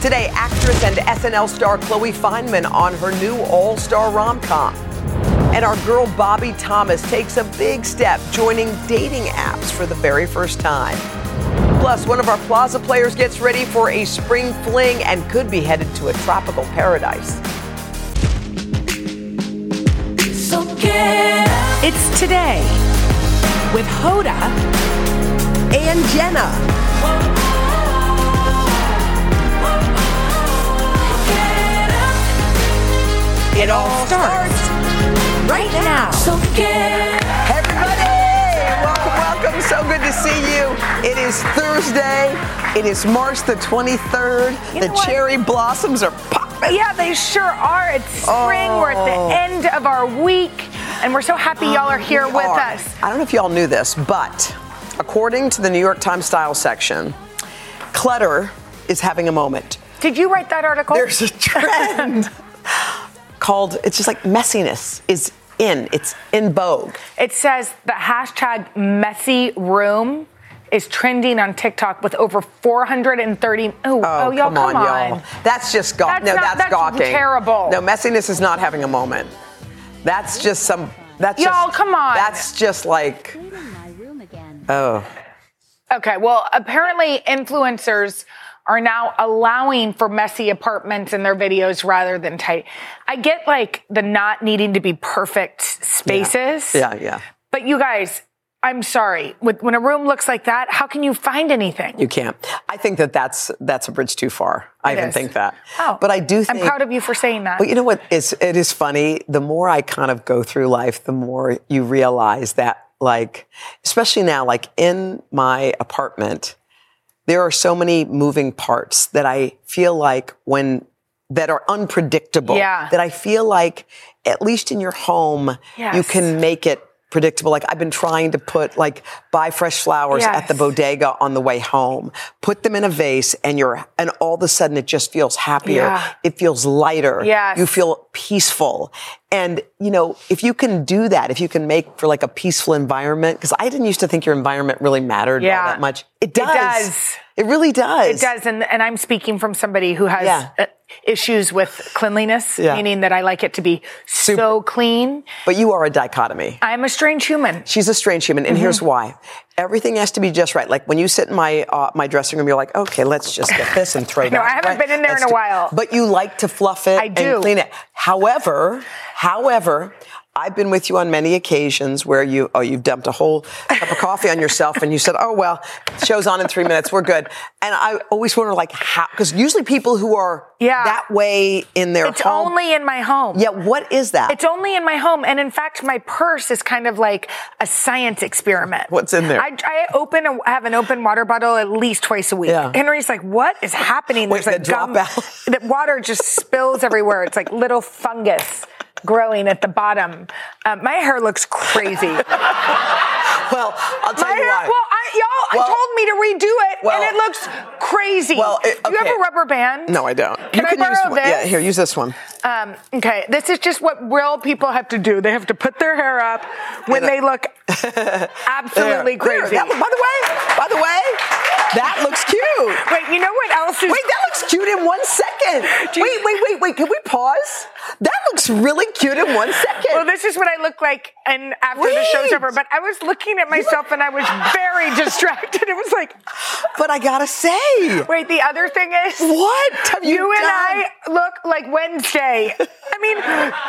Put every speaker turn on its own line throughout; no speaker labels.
Today, actress and SNL star Chloe Feynman on her new all star rom com. And our girl Bobby Thomas takes a big step joining dating apps for the very first time. Plus, one of our Plaza players gets ready for a spring fling and could be headed to a tropical paradise.
So get up.
It's today with Hoda
And Jenna. It all starts
right now.
So get up.
Hey, Everybody, welcome, welcome. So good to see you. It is Thursday. It is March the 23rd.
You
the
know what?
cherry blossoms are popping.
Yeah, they sure are. It's spring. We're at
Oh. Um,
the end of our week, and we're so happy y'all are here
We
with
are.
us.
I don't know if y'all knew this, but according to the New York Times style section, clutter is having a moment.
Did you write that article?
There's a trend called, it's just like messiness is in, it's in vogue.
it says the hashtag messy room is trending on TikTok with over 430. Ooh, oh, y'all, come on.
y'all. That's just gawk.
That's
no,
not-
that's,
that's
gawking.
terrible.
No, messiness is not having a moment. That's just some. That's
Y'all,
just,
come on.
That's just like oh,
in my room again.
Okay, well, apparently influencers are now allowing for messy apartments in their videos rather than tight. I get like the not needing to be perfect spaces.
yeah, yeah.
But you guys, I'm sorry. With, when a room looks like that, how can you find anything?
You can't. I think that that's that's a bridge too far. I even
is.
think that.
Oh,
but I do. think...
I'm proud of you for saying that.
But you know what is it is funny. The more I kind of go through life, the more you realize that like especially now like in my apartment there are so many moving parts that I feel like when that are unpredictable
Yeah.
that I feel like at least in your home you
Yes.
can make it predictable like I've been trying to put like buy fresh flowers at the
Yes.
bodega on the way home put them in a vase and you're and all of a sudden it just feels happier
Yeah.
it feels lighter
Yes.
you feel peaceful. And, you know, if you can do that, if you can make for like a peaceful environment, because I didn't used to think your environment really mattered all
Yeah.
that much. It
It
does.
does.
It really does.
It does, and, and I'm speaking from somebody who has
Yeah.
uh, issues with cleanliness,
Yeah.
meaning that I like it to be so clean.
But you are a dichotomy.
I'm a strange human.
She's a strange human, and here's
Mm-hmm.
why. Everything has to be just right. Like when you sit in my uh, my dressing room, you're like, okay, let's just get this and throw that.
I haven't
right.
been in there
Let's
in a
do-"
while.
But you like to fluff it
I do.
and clean it. However, however, I've been with you on many occasions where you oh you've dumped a whole cup of coffee on yourself, and you said, oh well, show's on in three minutes, we're good. And I always wonder like how because usually people who are
Yeah.
that way in their
It's
home,
only in my home.
yeah, what is that?
It's only in my home. And in fact, my purse is kind of like a science experiment.
What's in there?
I, I open a, I have an open water bottle at least twice a week.
Yeah.
Henry's like, what is happening?
Wait,
like
the dropout?
That water just spills everywhere. It's like little fungus growing at the bottom. Um, my hair looks crazy. my
well, I'll tell you
hair,
why.
well, I, y'all
Well-
told me to redo it
Well-
and it looks crazy.
Well, it-
Do you
okay.
have a rubber band?
No, I don't.
Can I
use
borrow
one. Yeah,
this?
here, use this one.
Um, okay, this is just what real people have to do. They have to put their hair up when they look absolutely
There. There.
crazy.
That- by the way, by the way, that looks cute.
Wait, you know what else is?
Wait, that looks cute in one second.
Do you-
wait, wait, wait, wait. Can we pause? That looks really cute in one second.
well, this is what I look like, and after the show's
Wait.
over. But I was looking at myself, and I was very distracted. It was like,
but I gotta say,
wait. The other thing is,
what have you,
you and
done?
I look like Wednesday. I mean,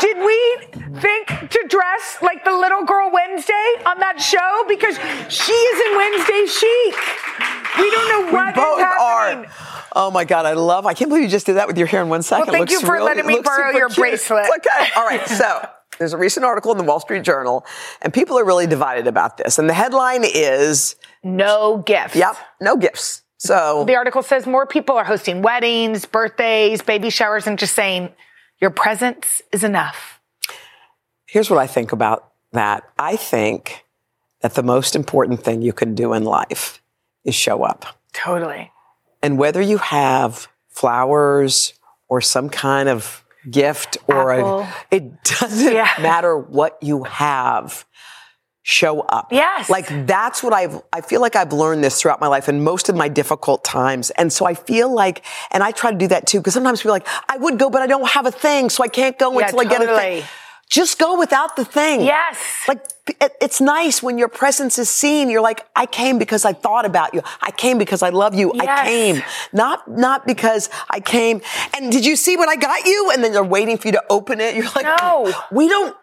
did we think to dress like the little girl Wednesday on that show? Because she is in Wednesday chic. We don't know
We
what is
both
happening.
are. Oh my God, I love. I can't believe you just did that with your hair in one second.
thank
Looks
you for
really-
letting me
looks
borrow
super
your
cute.
bracelet.
It's okay. All right. So there's a recent article in the Wall Street Journal, and people are really divided about this. And the headline is,
No gifts.
"Yep, no gifts." So
The article says more people are hosting weddings, birthdays, baby showers, and just saying, your presence is enough.
Here's what I think about that. I think that the most important thing you can do in life is show up.
Totally.
And whether you have flowers or some kind of gift or a,
Apple.
it doesn't
Yeah.
matter what you have. show up.
Yes.
Like that's what I've, I feel like I've learned this throughout my life and most of my difficult times. And so I feel like, and I try to do that too, because sometimes people are like, I would go, but I don't have a thing, so I can't go
Yeah,
until I get a thing.
totally.
Just go without the thing.
Yes.
Like, it- it's nice when your presence is seen. You're like, I came because I thought about you. I came because I love you. I
Yes.
came. Not, not because I came. And did you see what I got you? And then they're waiting for you to open it. You're like,
No.
we don't,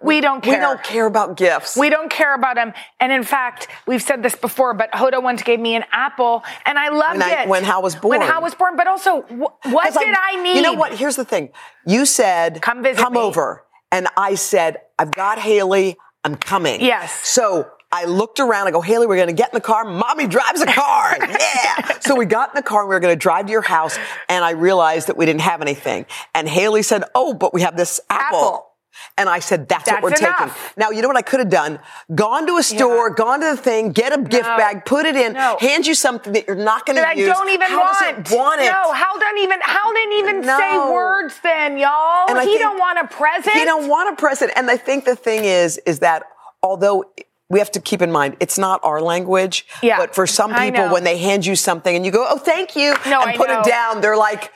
We don't care.
we don't care about gifts.
We don't care about them. And in fact, we've said this before, but Hoda once gave me an apple, and I loved
When I-
it.
when Hal was born.
When Hal was born. But also, wh- what
'Cause
did I, need?
You know what? Here's the thing. You said,
Come visit
come
me."
over. And I said, I've got Haley. I'm coming.
Yes.
So I looked around. I go, Haley, we're going to get in the car. Mommy drives a car. yeah. So we got in the car and we were going to drive to your house. And I realized that we didn't have anything. And Haley said, Oh, but we have this apple.
Apple.
And I said, that's, what
That's
we're taking.
enough.
Now, you know what I could have done? Gone to a store, gone to the thing, get a gift
No.
bag, put it in,
No.
hand you something that you're not going to
that I
use.
don't even
How
want.
doesn't want it.
No, Hal don't even Hal didn't even
No.
say words then, y'all.
And I
he
think-
don't want a present.
They don't want a president. And I think the thing is, is that although we have to keep in mind it's not our language,
Yeah.
but for some
I
people,
know.
when they hand you something and you go, "Oh, thank you,"
No,
and
I
put
know.
it down, they're like.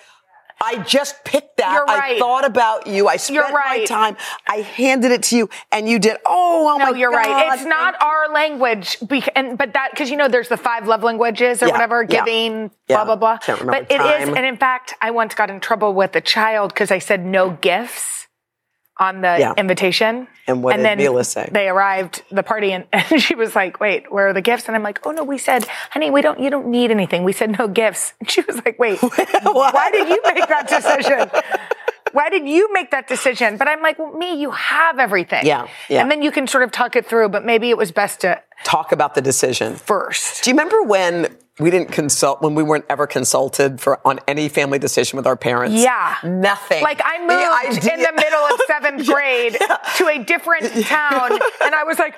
I just picked that.
You're
I
right.
thought about you. I
You're
spent my
right.
time. I handed it to you, and you did. Oh, oh
No,
my
you're
God.
right. It's not
Thank you.
our language, bec- and but that because you know there's the five love languages or
Yeah,
whatever,
yeah,
giving,
yeah.
blah blah blah.
Can't remember
but it is,
time.
and in fact, I once got in trouble with a child because I said no gifts on the
Yeah.
invitation.
And what did
then
Mila say?
They arrived the party, and, and she was like, "Wait, where are the gifts?" And I'm like, "Oh no, we said, honey, we don't. You don't need anything. We said no gifts." And she was like, "Wait, why did you make that decision?" Why did you make that decision? But I'm like, well, me, you have everything.
Yeah, yeah.
And then you can sort of talk it through, but maybe it was best to
talk about the decision.
first.
Do you remember when we didn't consult when we weren't ever consulted for on any family decision with our parents?
Yeah.
Nothing.
Like I
The
moved in
idea-
the middle of seventh grade to a different town, and I was like,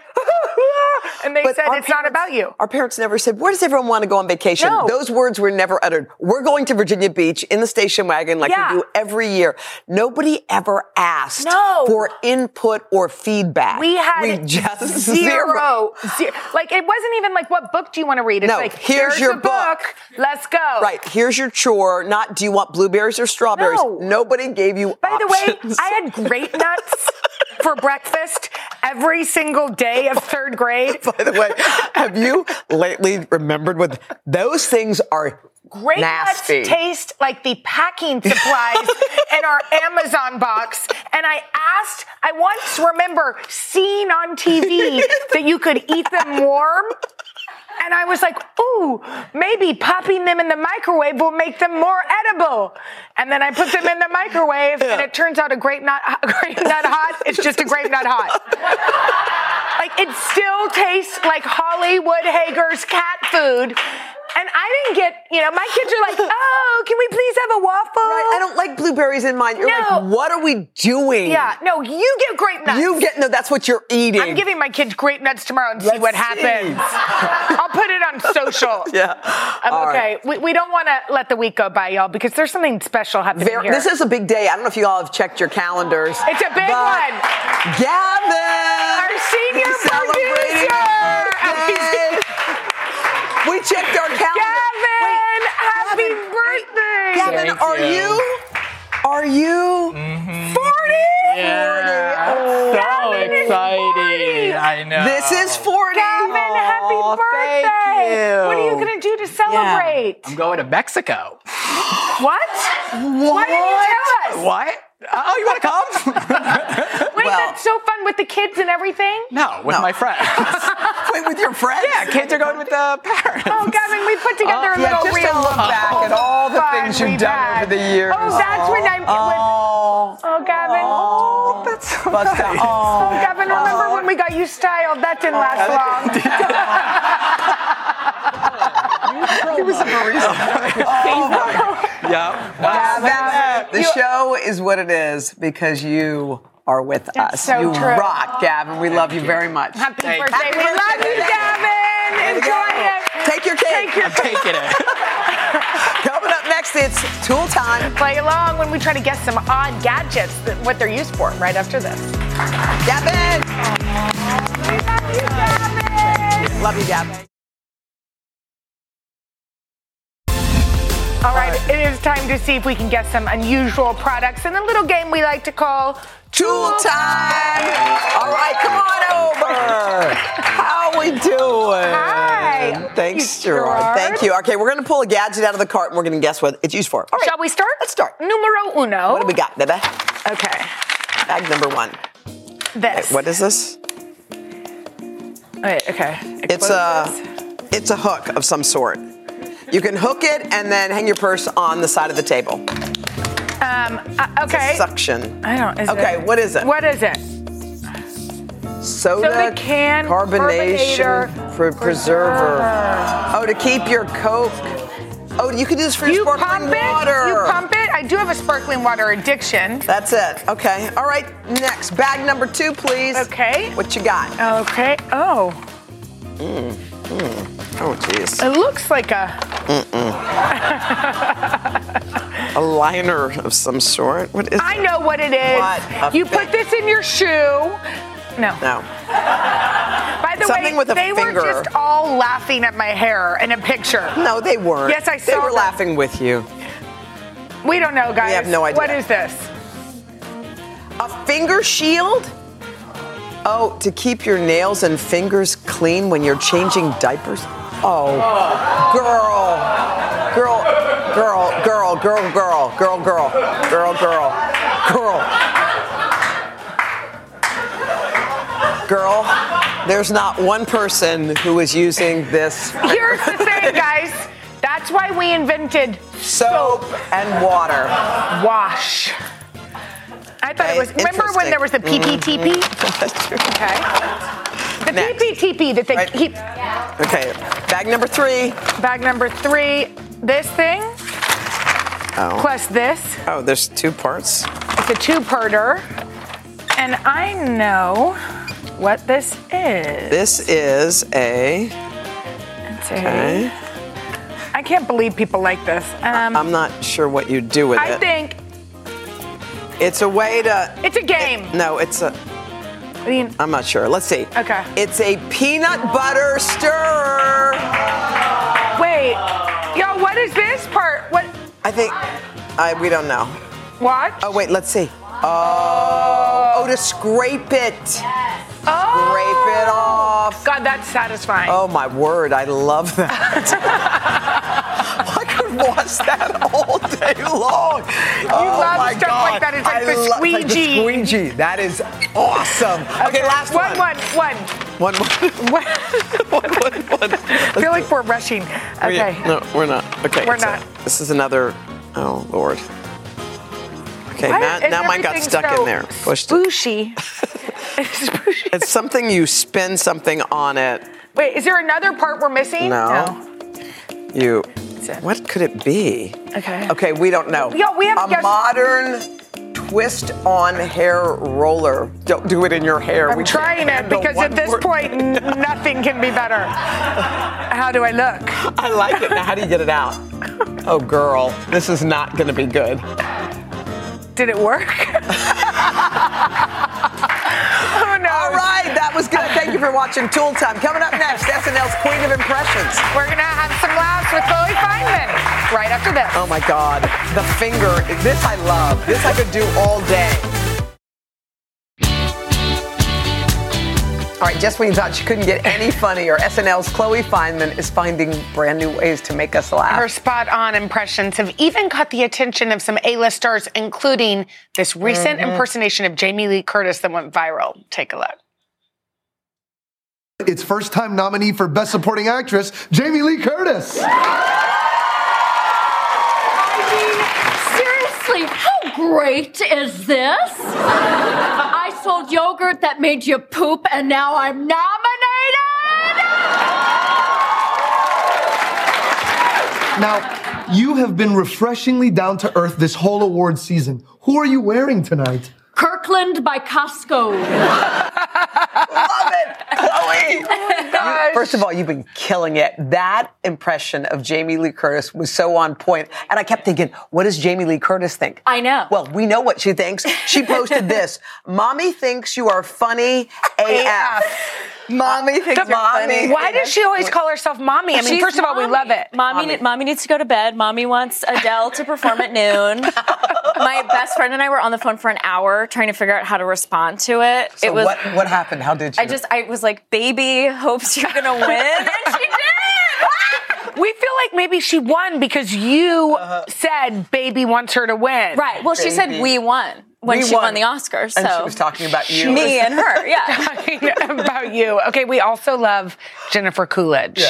and they
But
said
our
it's not about you.
Our parents never said, Where does everyone want to go on vacation?
No.
Those words were never uttered. We're going to Virginia Beach in the station wagon like
Yeah.
we do every year. Nobody ever asked
No.
for input or feedback.
We had
we just
zero, ze- Like it wasn't even like, what book do you want to read? It's
No,
like,
here's your
the
book.
Let's go.
Right, here's your chore, not do you want blueberries or strawberries?
No.
Nobody gave you
By the way,
options.
I had grape nuts for breakfast every single day of third grade.
By the way, have you lately remembered what those things are?
Grape
Nasty.
nuts taste like the packing supplies in our Amazon box. And I asked, I once remember seeing on TV that you could eat them warm. And I was like, ooh, maybe popping them in the microwave will make them more edible. And then I put them in the microwave, and it turns out a grape nut, a grape nut hot is just a grape nut hot. Like it still tastes like Hollywood Hager's cat food. And I didn't get, you know, my kids are like, oh, can we please have a waffle?
Right, I don't like blueberries in mine. You're
No.
like, what are we doing?
Yeah, no, you give grape nuts.
You get no. That's what you're eating.
I'm giving my kids grape nuts tomorrow and see
Let's
what
see.
happens. I'll put it on social.
Yeah.
I'm
All
okay.
right.
We, we don't want to let the week go by, y'all, because there's something special happening
Ver-
here.
this is a big day. I don't know if you all have checked your calendars.
It's a big
but
one.
Gavin,
Our senior
is celebrating
producer.
a birthday. we checked our calendar.
Gavin, happy
Gavin,
birthday.
Gavin, are you? Are you?
40?
Yeah.
Oh.
So
Gavin is
excited.
40.
I know.
This is 40.
Gavin, happy
Aw,
birthday.
Thank you.
What are you going to do to celebrate?
I'm going to Mexico.
What? Why didn't you tell us?
What? Oh, you want to come?
Wait,
Well-
that's so fun with the kids and everything.
no, with
No.
my friends.
Wait, with your friends?
yeah, kids are going with the parents.
Oh, Gavin, we put together
Oh,
a
Yeah,
little
just
reel.
to
Oh,
look back at all the
fun
things you've
we've
done
had.
over the years.
Oh, that's when I. Oh,
Oh,
oh Gavin.
oh,
that's so
Bugs out. Oh.
Oh, Gavin, remember when we got you styled? That didn't last long.
It was a burrito. yeah.
Gavin,
Gavin,
the
you-
show is what it is because you are with us.
so
you
true.
rock, Gavin. We love you very much.
Happy
Thank you.
birthday. We love you, Gavin.
Way to go.
Enjoy it.
Take your cake.
Take your
I'm taking it.
Coming up next, it's tool time.
play along when we try to guess some odd gadgets, that, what they're used for, right after this.
Gavin! Love you, Gavin.
All right, it is time to see if we can get some unusual products in a little game we like to call
Tool time! All right, come on over. How we doing?
Hi.
Thanks,
You,
Gerard.
Gerard.
Thank you. Okay, we're going to pull a gadget out of the cart and we're going to guess what it's used for. All right.
Shall we start?
Let's start.
Numero uno.
What do we got, baby?
Okay.
Bag number one.
This.
What is this?
Wait, okay.
It's uh, a, it's a hook of some sort. You can hook it and then hang your purse on the side of the table.
Um, uh, okay.
Suction.
I don't. Is
Okay,
it-
what is it?
What is it?
Soda,
Soda can
carbonation
carbonator
for preserver. Oh, to keep your Coke. Oh, you can do this for your
You
sparkling
pump it.
water.
You pump it. I do have a sparkling water addiction.
That's it. Okay. All right. Next. Bag number two, please.
Okay.
What you got?
Okay. Oh,
Oh, jeez.
it looks like a.
A liner of some sort. What is
I know what it is.
What a
you put
big-
this in your shoe. No.
No.
By the
Something
way,
with a
they
finger.
were just all laughing at my hair in a picture.
No, they weren't.
Yes, I
They
saw
were
them.
laughing with you.
We don't know, guys.
have no idea.
What is this?
A finger shield? Oh, to keep your nails and fingers clean when you're changing diapers? Oh, girl. Girl, girl, girl, girl, girl, girl, girl, girl, girl, girl. Girl, there's not one person who is using this
Here's the thing, guys. That's why we invented
soap and water.
wash. I thought
Okay,
it was. Remember when
interesting. Mm-hmm.
there was the PPTP? Okay. The
Next.
PPTP that they
Right.
keep.
Okay, bag number three.
Bag number three. This thing
Oh,
plus this.
oh there's two parts.
It's a two-parter, and I know what this is.
This is a.
It's
Okay.
a- I can't believe people like this. Um,
I'm not sure what you do with
I
it.
think
it's a way to.
it's a game.
No, it's a.
I mean,
I'm not sure. Let's see.
Okay.
It's a peanut butter stirrer.
wait, yo, what is this part? What?
I think. I we don't know.
What?
Oh wait, let's see. Oh, oh to scrape it. Oh, Scrape it off.
Oh. God, that's satisfying.
Oh my word, I love that. I could watch that all day long. You oh
love
my
stuff
God.
like that. It's like
I
the
lo- it's like the
squeegee.
squeegee. That is awesome. Okay, last
one.
one.
One,
One,
one,
one, one,
one.
one, one.
I feel like we're rushing. Okay.
no, we're not. Okay.
We're
it's a-
not.
this is another. Oh Lord. Okay,
Why
now,
is
now mine got
everything
stuck
so
in there. Pushed it.
Squishy. It's squishy.
It's something you spin something on it.
Wait, is there another part we're missing?
No. You.
it.
What could it be?
Okay.
Okay, we don't know.
Yeah, we haven't
a
guessed-
modern twist on hair roller. Don't do it in your hair.
I'm
we can't
trying it
handle
because
one
at this
word.
point, n- nothing can be better. How do I look?
I like it. Now, how do you get it out? Oh, girl, this is not going to be good.
Did it work? oh no.
All right, that was good. Thank you for watching Tool Time. Coming up next, SNL's Queen of Impressions.
We're going to have some laughs with Chloe Feynman right after this.
Oh my God, the finger. This I love. This I could do all day. All right, just when you thought you couldn't get any funnier, SNL's Chloe Feynman is finding brand new ways to make us laugh.
Her spot on impressions have even caught the attention of some A list stars, including this recent impersonation of Jamie Lee Curtis that went viral. Take a look.
It's first time nominee for Best Supporting Actress, Jamie Lee Curtis.
Seriously, how great is this? I sold yogurt that made you poop, and now I'm nominated.
Now, you have been refreshingly down to earth this whole award season. Who are you wearing tonight?
Kirk Kirkland by Costco.
Love it,
Oh
Chloe. First of all, you've been killing it. That impression of Jamie Lee Curtis was so on point, and I kept thinking, what does Jamie Lee Curtis think?
I know.
Well, we know what she thinks. She posted this: "Mommy thinks you are funny AF."
Mommy thinks you're
mommy.
funny.
Why does she always call herself mommy? I mean,
She's
first of all, we
mommy.
love it.
Mommy, mommy. needs to go to bed. Mommy wants Adele to perform at noon. My best friend and I were on the phone for an hour trying to figure out how to respond to it.
So
it was.
what, what happened? How did you?
I just I was like, baby, hopes you're gonna win, and she did.
We feel like maybe she won because you said baby wants her to win.
right. Well, she said
Baby.
we won when
We
she
won.
won the Oscars. So
and she was talking about you.
me and her. Yeah.
talking about you. Okay, we also love Jennifer Coolidge.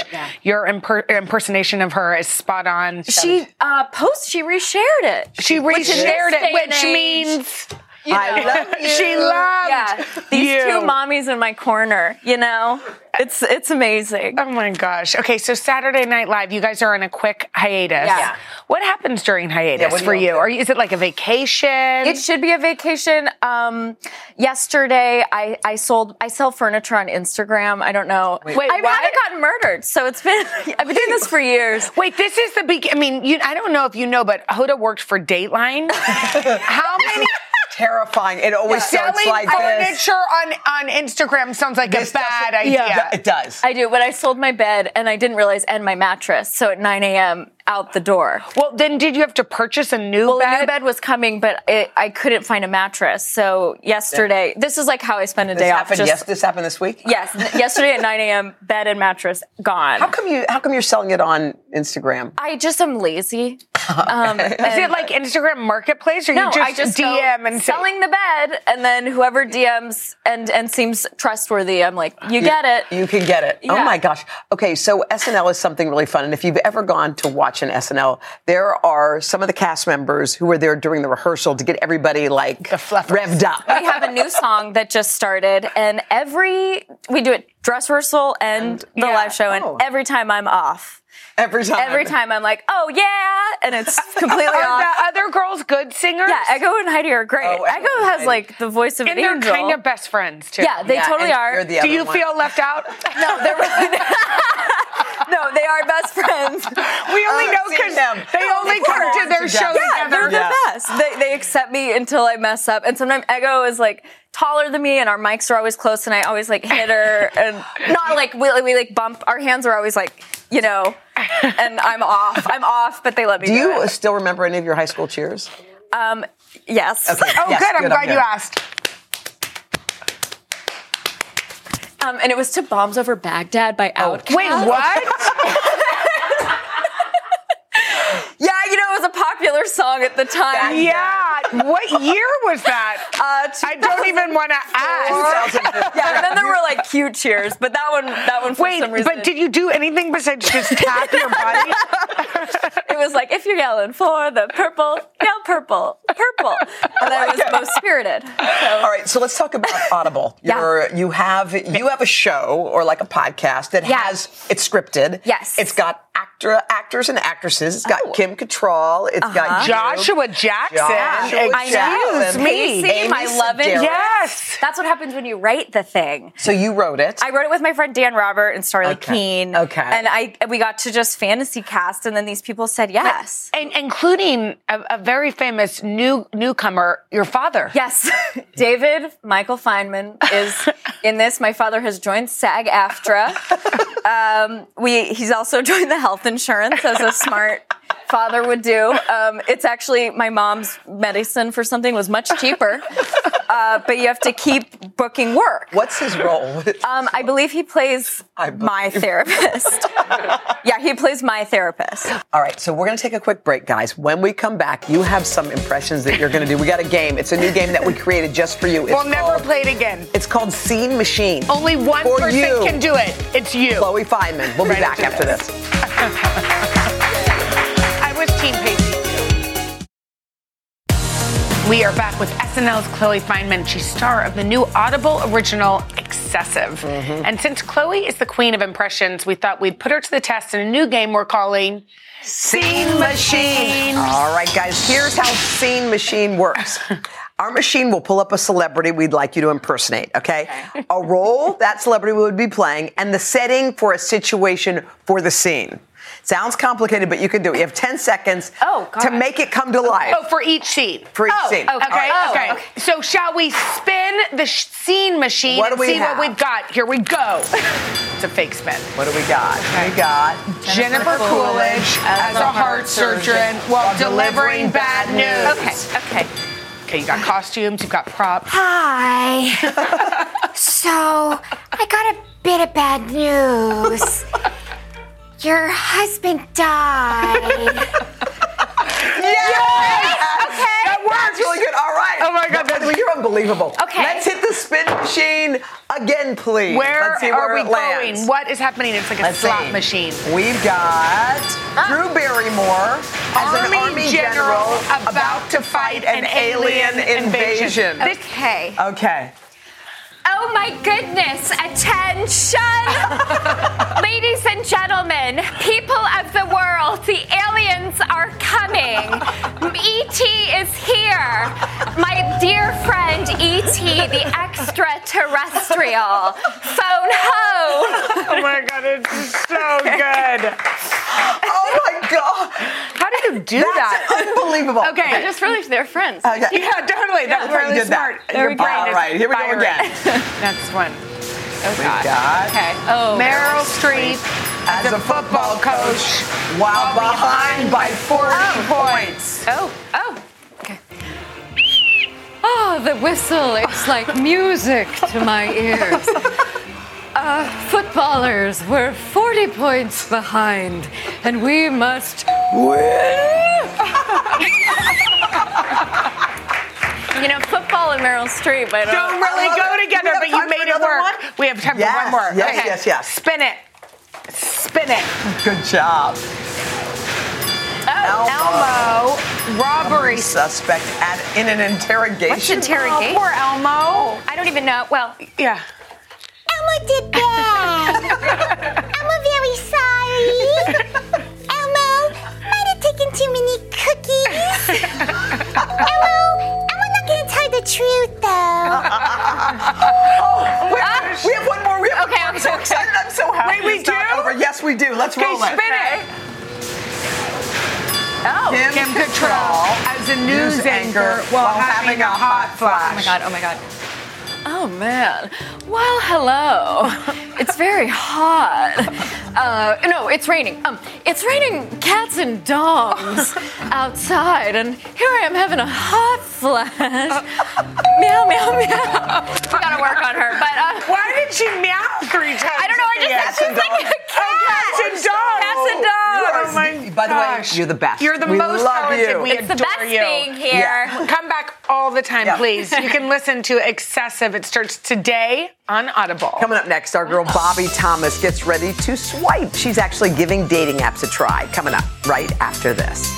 Your imper- impersonation of her is spot on.
She uh, post she reshared it.
she
Which in this
reshared
day
it,
and
which
age-
means
I love you.
she loved
yeah, these
you.
two mommies in my corner. You know, it's it's amazing.
Oh my gosh. Okay, so Saturday Night Live, you guys are on a quick hiatus.
Yeah.
What happens during hiatus
what do
for
you
you? Or is it like a vacation?
It should be a vacation. Um, yesterday, I, I sold I sell furniture on Instagram. I don't know.
Wait,
I
what?
haven't gotten murdered, so it's been I've been doing this for years.
Wait, this is the big. I mean, you, I don't know if you know, but Hoda worked for Dateline. How many
terrifying. It always sounds
selling
like this.
furniture on, on Instagram sounds like a bad idea?
It does.
I do, but I sold my bed and I didn't realize and my mattress. So at 9 a.m. out the door.
Well, then did you have to purchase a new
Well,
bed?
a new bed was coming, but it, I couldn't find a mattress. So yesterday, this is like how I spend a
This
day off.
happened.
just-
yes, this happened this week.
yes, n- yesterday at 9 a.m. bed and mattress gone.
How come you? How come you're selling it on Instagram?
I just am lazy. Um,
Is it like Instagram Marketplace, or you just,
go
DM and say-
selling the bed, and then whoever DMs and and seems trustworthy, I'm like, you get it.
You can get it. Oh
Yeah.
my gosh. Okay, so SNL is something really fun. And if you've ever gone to watch an SNL, there are some of the cast members who were there during the rehearsal to get everybody like revved up.
we have a new song that just started, and every we do it dress rehearsal and the
yeah.
live show, and
Oh.
every time I'm off,
Every time.
every time I'm like, oh yeah, and it's completely
Are
off.
the other girls good singers?
Yeah, Echo and Heidi are great.
Oh, Echo
Echo
and
has
Heidi.
like the voice of
and
an
they're
angel.
kind of best friends too.
yeah, they
Yeah,
totally
and
are.
you're the
Do
other
you
one.
feel left out?
no, they're really no, they are best friends. Uh,
We only
I've
know
seen
because
them.
Oh, they only come to their show
Yeah,
together.
they're the
Yeah.
best. They, they accept me until I mess up. And sometimes Ego is like taller than me, and our mics are always close, and I always like hit her. And not like we, we like bump, our hands are always like, you know, and I'm off. I'm off, but they let me do,
Do you
it.
still remember any of your high school cheers?
Um, yes.
Oh,
Yes,
good. I'm
good, I'm
glad you
good.
asked.
Um, and it was to Bombs Over Baghdad by
Oh.
Outkast.
Wait, what?
Yeah, you know, it was a popular song at the time.
yeah. What year was that?
Uh,
I don't even want to ask.
yeah, and then there were like cute cheers, but that one, that one for
Wait,
some reason.
but did you do anything besides just tap your body?
It was like, if you're yelling for the purple, yell purple, purple. And I was most spirited. So,
All right, so let's talk about Audible.
Yeah.
You're, you have you have a show or like a podcast that
Yeah.
has it's scripted.
Yes. Oh.
it's got actor actors and actresses. It's got Kim Cattrall. It's
Uh-huh.
got you.
Joshua Jackson.
Joshua
Excuse
Jackson.
me.
Pacey, my
Amy
love
Sedaris.
interest.
Yes.
That's what happens when you write the thing.
So you wrote it.
I wrote it with my friend Dan Robert and Starley
Okay.
Keene.
Okay.
And I we got to just fantasy cast, and then these people said yes.
And including a, a very famous new newcomer, your father.
Yes. David Michael Feynman is in this. My father has joined SAG AFTRA. Um, we, he's also joined the health insurance as a smart father would do. Um, it's actually my mom's medicine for something was much cheaper, uh, but you have to keep booking work.
What's his role?
Um, I believe he plays
I believe-
my therapist. yeah, he plays my therapist.
All right, so we're going to take a quick break, guys. When we come back, you have some impressions that you're going to do. We got a game. It's a new game that we created just for you. It's
We'll never
called-
play it again.
It's called Scene Machine.
Only one
For
person
you.
can do it. It's you.
Chloe Feynman. We'll be
Right
back
after
after
this.
this.
I was Team Pacey. We are back with SNL's Chloe Feynman. She's star of the new Audible original Excessive.
Mm-hmm.
And since Chloe is the queen of impressions, we thought we'd put her to the test in a new game we're calling Scene Machine.
All right, guys, here's how Scene Machine works. Our machine will pull up a celebrity we'd like you to impersonate, okay? a role that celebrity would be playing and the setting for a situation for the scene. Sounds complicated, but you can do it. You have 10 seconds
Oh, God.
to make it come to life.
Oh, for each scene.
For each scene.
Okay,
Oh,
okay.
okay.
So shall we spin the sh- scene machine
What do
and
we
see
have?
what we've got? Here we go. it's a fake spin.
What do we got? We got
Jennifer Coolidge as a heart surgeon while delivering bad news.
Okay, okay.
Okay, you got costumes, you've got props.
Hi. so, I got a bit of bad news. Your husband died.
Okay. That works really good. All right.
Oh my God,
Leslie, you're unbelievable.
Okay.
Let's hit the spin machine again, please.
Where
Let's see
are
where
we
it
going?
lands.
What is happening? It's like a
Let's
slot
see.
machine.
We've got Drew Barrymore as
Army,
an army
general,
general,
about, to fight an, alien, invasion.
invasion.
Okay.
Okay.
Oh my goodness, attention! Ladies and gentlemen, people of the world, the aliens are coming. ET is here. My dear friend ET, the extraterrestrial. Phone ho!
Oh my god, it's so good.
Oh my God.
How did you do
That's
that?
unbelievable.
Okay. Oh,
I just realized they're friends.
Okay.
Yeah, totally. That was
Pretty
really
good that.
smart. Your brain
All
is
right, here we go
firing.
again.
Next one. Oh,
We've got
Okay. Oh.
Meryl Streep
as a football coach while
while
behind by 40 points.
Oh. Oh. Ah,
Oh, the whistle. It's like music to my ears. Uh, footballers were 40 points behind, and we must
Oh.
You know, football and Meryl Streep. I don't.
don't really
I love
go
it.
together,
We have
but
time
you
for
made it
another
work.
one?
We have time
Yes,
for one more.
yes, yes, yes.
Spin it. Spin it.
Good job. Elmo.
Elmo, robbery.
Suspect at, in an interrogation.
What's interrogation?
Oh, poor Elmo.
I don't even know. Well,
Yeah.
Elmo did bad. Elmo very sorry. Elmo might have taken too many cookies. Elmo, Elmo not gonna tell the truth though.
Oh, wait, we have one more. We have one
Okay,
more. I'm so
okay.
excited. I'm so happy.
Wait, we
it's not
do?
Over. Yes, we do. Let's
Okay,
roll it.
spin it. Oh,
Kim
Kim Cattrall
Cattrall
as a news, anchor while having a hot flash.
Oh my god, oh my god. Oh man. Well, hello. It's very hot. Uh, no, it's raining. Um, it's raining cats and dogs outside, and here I am having a hot flash. meow, meow, meow. Uh, We gotta work on her, but uh,
Why did she meow three times?
I don't know. I
at the
just
end?
she's like a cat.
Oh, cats and dogs.
Cats and dogs.
Oh my
By the way,
gosh.
you're the best.
You're the
We
most
love
talented.
you.
We
It's the
adore
best
you.
thing here.
Come back all the time,
Yeah.
please. You can listen to Excessive. It starts today on Audible.
Coming up next, our girl Bobby Thomas gets ready to swipe. She's actually giving dating apps a try. Coming up right after this.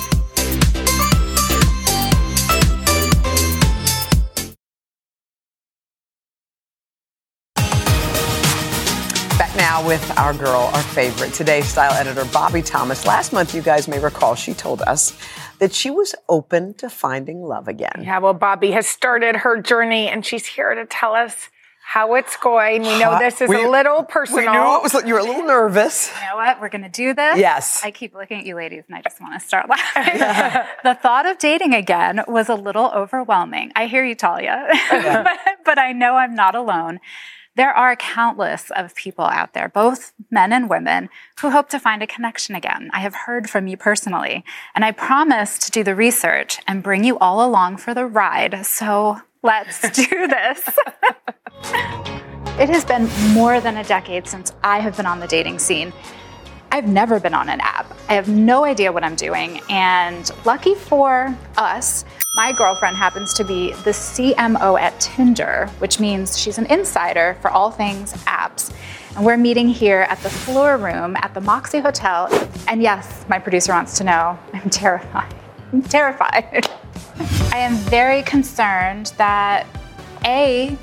Back now with our girl, our favorite today's style editor, Bobby Thomas. Last month, you guys may recall, she told us that she was open to finding love again.
Yeah, well, Bobby has started her journey and she's here to tell us how it's going. We know this is
We-
a little personal.
We knew it was. You were a little nervous.
You know what? We're gonna do this.
Yes.
I keep looking at you ladies and I just wanna start laughing. the thought of dating again was a little overwhelming. I hear you, Talia, but, but I know I'm not alone. There are countless of people out there, both men and women, who hope to find a connection again. I have heard from you personally, and I promise to do the research and bring you all along for the ride. So let's do this. It has been more than a decade since I have been on the dating scene. I've never been on an app. I have no idea what I'm doing. And lucky for us, my girlfriend happens to be the CMO at Tinder, which means she's an insider for all things apps. And we're meeting here at the floor room at the Moxie Hotel. And yes, my producer wants to know I'm terrified. I'm terrified. I am very concerned that A,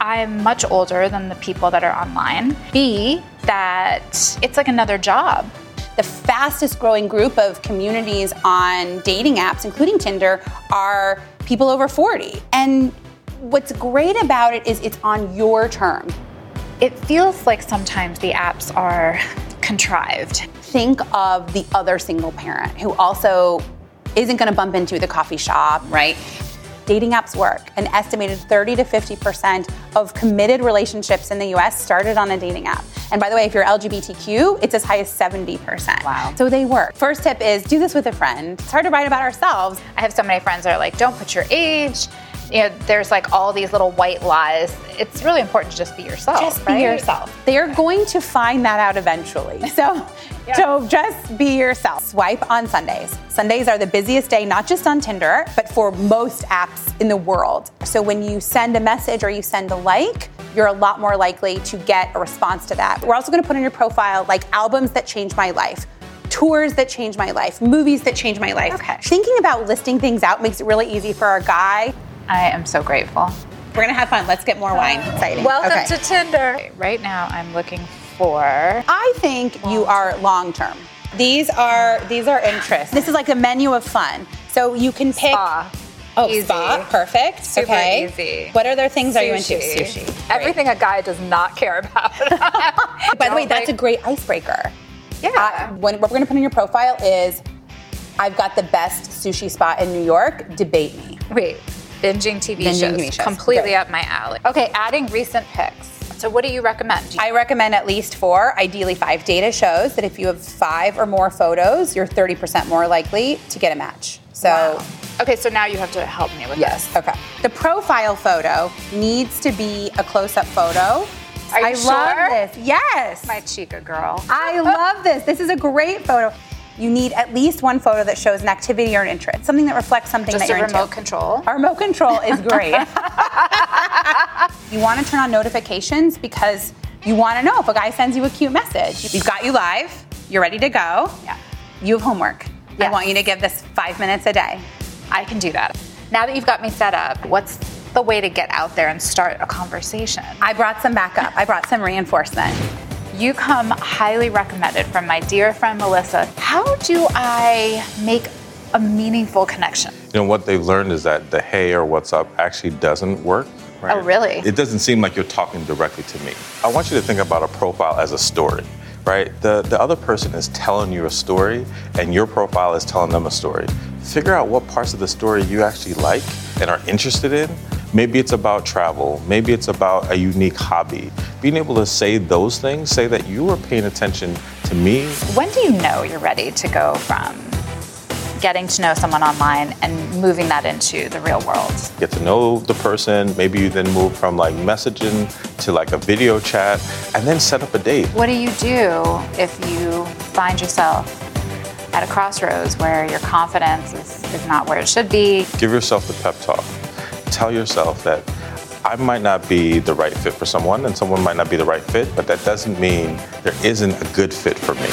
I'm much older than the people that are online. B, that it's like another job.
The fastest growing group of communities on dating apps, including Tinder, are
people over 40. And what's great about it is it's on your terms.
It feels like sometimes the apps are contrived.
Think of the other single parent who also isn't going to bump into the coffee shop, right? Dating apps work. An estimated 30 to 50% of committed relationships in the US started on a dating app. And by the way, if you're LGBTQ, it's as high as 70%. Wow. So they work. First tip is do this with a friend. It's hard to write about ourselves.
I have so many friends that are like, don't put your age. You know, there's like all these little white lies. It's really important to just be yourself.
Just be
right?
yourself. They are going to find that out eventually. So, so just be yourself. Swipe on Sundays. Sundays are the busiest day, not just on Tinder, but for most apps in the world. So when you send a message or you send a like, you're a lot more likely to get a response to that. We're also going to put in your profile like albums that changed my life. Tours that changed my life, movies that changed my life. Okay. Thinking about listing things out makes it really easy for our guy.
I am so grateful.
We're gonna have fun. Let's get more wine. Exciting.
Welcome
Okay.
to Tinder. Right now, I'm looking for.
I think you are long term. These are these are interests. This is like a menu of fun. So you can pick.
Ah,
Oh, spa, perfect.
Super
okay.
easy.
What other things are you into?
Sushi.
Everything
a guy does not care about.
By the way, that's a Uh, great icebreaker. Yeah. when, what we're gonna put in your profile is, I've got the best sushi spot in New York. Debate me.
Wait, binging TV
Binging
shows.
TV shows.
Completely
Right.
up my alley. Okay, adding recent picks. So, what do you recommend?
I recommend at least four, ideally five. Data shows that if you have five or more photos, you're 30% more likely to get a match. So.
Okay, so now you have to help me with
Yes. Okay. The profile photo needs to be a close-up photo.
Are you
I
sure?
love this. Yes.
My chica girl. Oh,
I love this. This is a great photo. You need at least one photo that shows an activity or an interest, something that reflects something
Just
that you're
a remote
into.
control.
Our remote control is great. you want to turn on notifications because you want to know if a guy sends you a cute message. We've got you live. You're ready to go. Yeah. You have homework. I want you to give this five minutes a day.
I can do that. Now that you've got me set up, what's the way to get out there and start a conversation?
I brought some backup. I brought some reinforcement.
You come highly recommended from my dear friend Melissa.
How do I make a meaningful connection?
You know, what they've learned is that the hey or what's up actually doesn't work.
Oh, really?
It doesn't seem like you're talking directly to me. I want you to think about a profile as a story, right? The, the other person is telling you a story, and your profile is telling them a story. Figure out what parts of the story you actually like and are interested in. Maybe it's about travel, maybe it's about a unique hobby. Being able to say those things, say that you were paying attention to me.
When do you know you're ready to go from getting to know someone online and moving that into the real world?
get to know the person. Maybe you then move from like messaging to like a video chat and then set up a date.
What do you do if you find yourself at a crossroads where your confidence is, is not where it should be?
Give yourself the pep talk. Tell yourself that I might not be the right fit for someone and someone might not be the right fit, but that doesn't mean there isn't a good fit for me.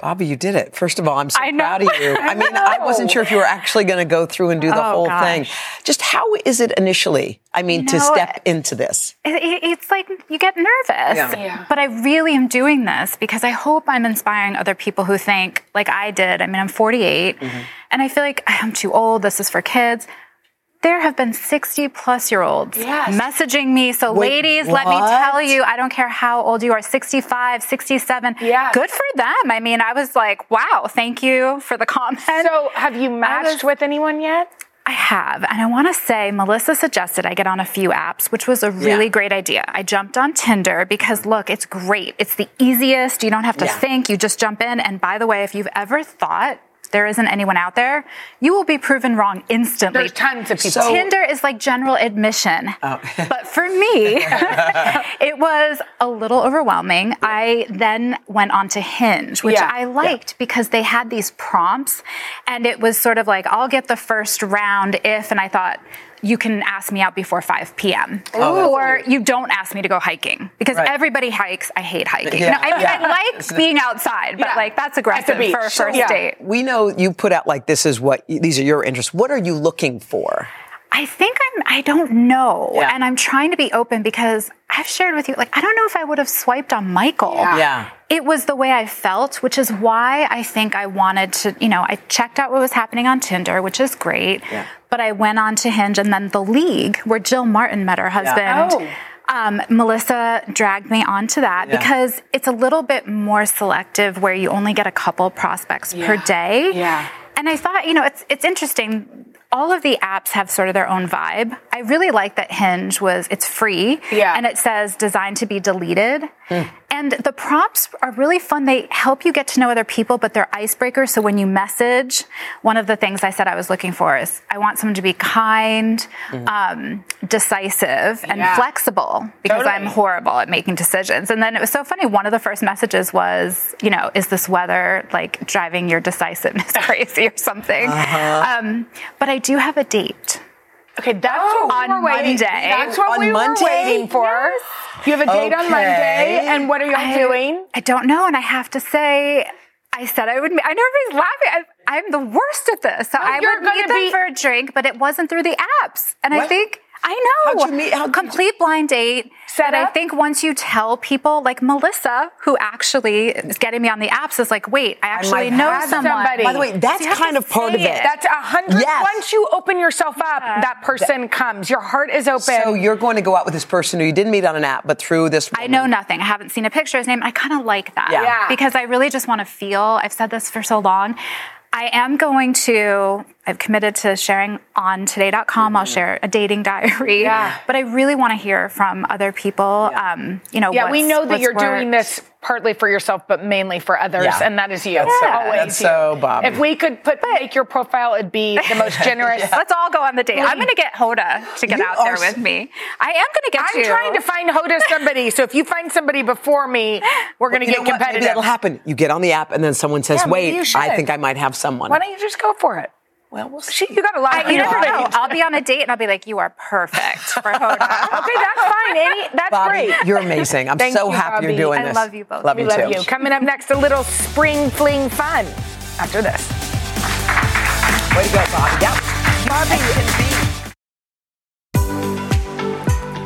Bobby, you did it. First of all, I'm so proud of you. I mean, I wasn't sure if you were actually going to go through and do the
Oh,
whole
gosh.
thing. Just how is it initially? I mean, to
No,
step into this.
It- it- it's like you get nervous.
Yeah. Yeah.
But I really am doing this because I hope I'm inspiring other people who think like I did. I mean, I'm 48
Mm-hmm.
and I feel like I'm too old. This is for kids. There have been 60 plus year olds messaging me. So,
Wait,
ladies, let me
what?
tell you, I don't care how old you are 65, 67. Yeah. Good for them. I mean, I was like, wow, thank you for the comment. So,
have you matched with anyone yet?
I have. And I want to say, Melissa suggested I get on a few apps, which was a really
Yeah.
great idea. I jumped on Tinder because look, it's great. It's the easiest. You don't have to
Yeah.
think. You just jump in. And by the way, if you've ever thought there isn't anyone out there, you will be proven wrong instantly.
There's tons of people. So-
Tinder is like general admission.
Oh.
but for me, it was a little overwhelming. I then went on to Hinge, which
Yeah,
I liked because they had these prompts and it was sort of like, I'll get the first round if, and I thought, you can ask me out before 5 p.m.
Oh, that's
or you don't ask me to go hiking because
Right.
everybody hikes. I hate hiking.
Yeah,
No, I mean,
yeah.
I like being outside, but like that's aggressive for a first date.
We know you put out like this is what these are your interests. What are you looking for?
I think I'm, I don't know. And I'm trying to be open because I've shared with you, like, I don't know if I would have swiped on Michael.
Yeah. Yeah.
It was the way I felt, which is why I think I wanted to, you know, I checked out what was happening on Tinder, which is great.
Yeah.
But I went on to Hinge and then The League, where Jill Martin met her husband.
Oh.
Um, Melissa dragged me onto that
Yeah.
because it's a little bit more selective where you only get a couple prospects per
Yeah.
day.
Yeah.
And I thought, you know, it's it's interesting. All of the apps have sort of their own vibe. I really like that Hinge was it's free. Yeah. And it says designed to be deleted. And the prompts are really fun. They help you get to know other people, but they're icebreakers. So when you message, one of the things I said I was looking for is I want someone to be kind,
Mhm.
um, decisive, and
Yeah.
flexible because I'm horrible at making decisions. And then it was so funny. One of the first messages was, you know, is this weather like driving your decisiveness crazy or something?
Uh-huh.
Um, but I do have a date.
Okay, that's what
on
we Oh, were waiting.
Monday.
That's what
On
we
Monday?
were waiting for. You have a date on Monday, and what are y'all
I-
doing?
I don't know, and I have to say, I said I would. I know everybody's laughing. I, I'm the worst at this, so I
you're
would
gonna
meet them
be-
for a drink, but it wasn't through the apps. And I
What?
think I know. How'd you meet? Complete blind date. Set I think once you tell people, like Melissa, who actually is getting me on the apps, is like, wait, I actually
might
know
have
someone.
somebody. By the way, that's
So you have
kind
to
of part of
say
it.
That's a hundred.
Yes.
Once you open yourself up, that person comes. Your heart is open.
So you're going to go out with this person who you didn't meet on an app, but through this.
I know nothing. I haven't seen a picture of his name. I kind of like that
Yeah. Yeah.
because I really just want to feel. I've said this for so long. I am going to, I've committed to sharing on today.com. I'll
Mm-hmm.
share a dating diary.
Yeah.
But I really want to hear from other people. Um, you know,
yeah, we
what's-
know that
what's
you're doing
worked.
this partly for yourself, but mainly for others,
Yeah.
and that is you.
That's so-
Always
that's
you.
so Bobby.
If we could put make your profile, it'd be the most generous.
Let's all go on the date. I'm going to get Hoda to get
You
out there
are
with
so-
me. I am going to get
I'm
you.
trying to find Hoda somebody. So if you find somebody before me, we're going to
You know
get
what? Maybe
competitive.
that'll happen. You get on the app, and then someone says,
Yeah, maybe you
"Wait,
should.
I think I might have someone."
Why don't you just go for it? Well, we'll see. You got a lot.
I-
of
you never
people.
know. I'll be on a date and I'll be like, you are perfect for Hoda.
okay, that's fine. Any, that's
Bobby,
great.
you're amazing. I'm
Thank
so
you,
happy
Bobby.
you're doing this. Love
we
you
love
too.
you. Coming up next, a little spring fling fun after this.
Way to go, Bobby. Yep. Bobby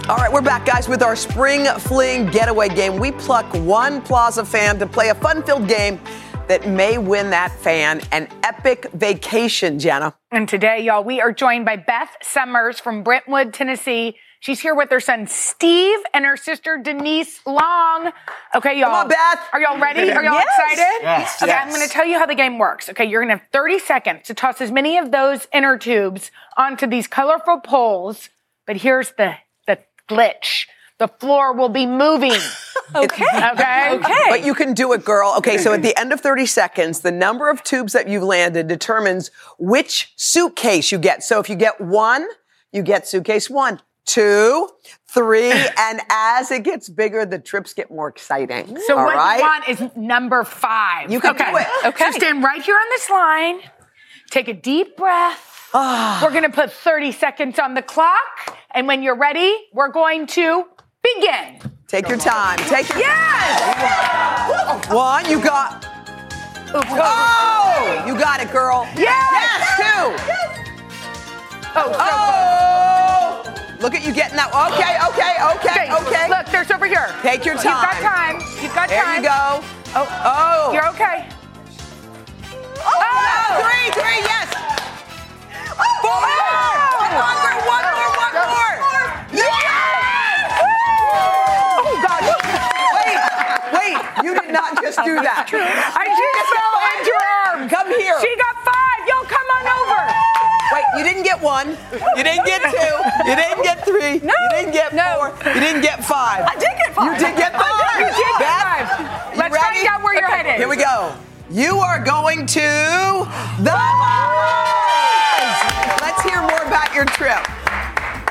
All right, we're back, guys, with our spring fling getaway game. We pluck one Plaza fan to play a fun-filled game that may win that fan an epic vacation, Jenna.
And today, y'all, we are joined by Beth Summers from Brentwood, Tennessee. She's here with her son Steve and her sister Denise Long. Okay, y'all.
Come on, Beth.
Are y'all ready? Are y'all
Yes.
excited?
Yes,
Okay,
yes.
I'm going to tell you how the game works. Okay, you're going to have 30 seconds to toss as many of those inner tubes onto these colorful poles. But here's the the glitch: the floor will be moving. okay. Okay.
But you can do it, girl. Okay, so at the end of 30 seconds, the number of tubes that you've landed determines which suitcase you get. So if you get one, you get suitcase one, two, three, and as it gets bigger, the trips get more exciting.
So
All
what
right?
you want is number five.
You can do it.
Okay. So stand right here on this line. Take a deep breath.
Ah.
we're gonna put 30 seconds on the clock. And when you're ready, we're going to begin.
Take your time. Take your
Yes!
One, you got. Oh! You got it, girl.
Yes!
Yes, two.
Oh, so
Oh! Look at you getting that. Okay, okay, okay, okay.
Look, there's over here.
Take your time.
You've got time. You've got
There
time.
you go. Oh.
You're okay.
Oh, no. Three, three, yes. Four. One more, one more, one more. Yes! Oh, God. Wait, wait. You did not just do that.
I just fell into her arms.
Come here.
She got five. Yo, come on over.
Wait, you didn't get one. You didn't get two. You didn't get three. No. You didn't get four. You didn't get five. I did get five. You did get five.
You did get
Beth,
five.
you
Let's
ready?
find out where your head is.
Here we go. You are going to the Bahamas. Let's hear more about your trip.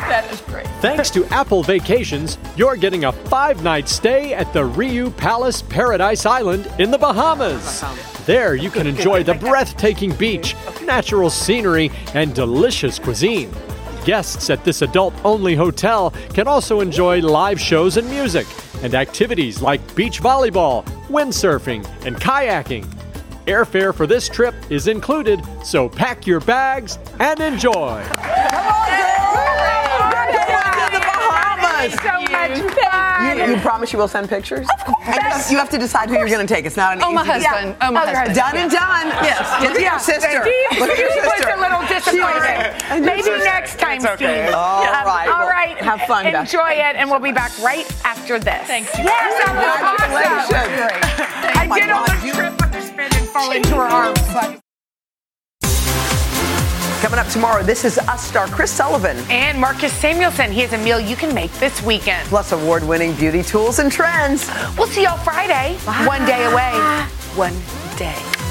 That is great.
Thanks to Apple Vacations, you're getting a five night stay at the Ryu Palace Paradise Island in the Bahamas. There, you can enjoy the breathtaking beach, natural scenery, and delicious cuisine. Guests at this adult only hotel can also enjoy live shows and music, and activities like beach volleyball, windsurfing, and kayaking. Airfare for this trip is included, so pack your bags and enjoy.
Come on, girl. us. You, you promise you will send pictures? Of course. And you, have, you have to decide who you're going to take. It's not an
Oh, my
easy decision.
husband. Oh, my
Other
husband.
Done and
Yeah.
done.
Yes.
Look at
Yeah.
your sister.
Steve-
Look at your
Steve
sister.
was a little
disappointed.
She is.
Maybe next time,
It's okay.
Steve.
All
Yeah.
right.
All
Well,
right.
have fun, Beth.
Enjoy it, and we'll be back right after this. Thank you. Yes, that was awesome.
Congratulations. Oh
I did almost trip up the spin and fall into her arms, but.
Coming up tomorrow, this is Us star Chris Sullivan.
And Marcus Samuelson. He has a meal you can make this weekend.
Plus award winning beauty tools and trends.
We'll see y'all Friday. One day away. One day.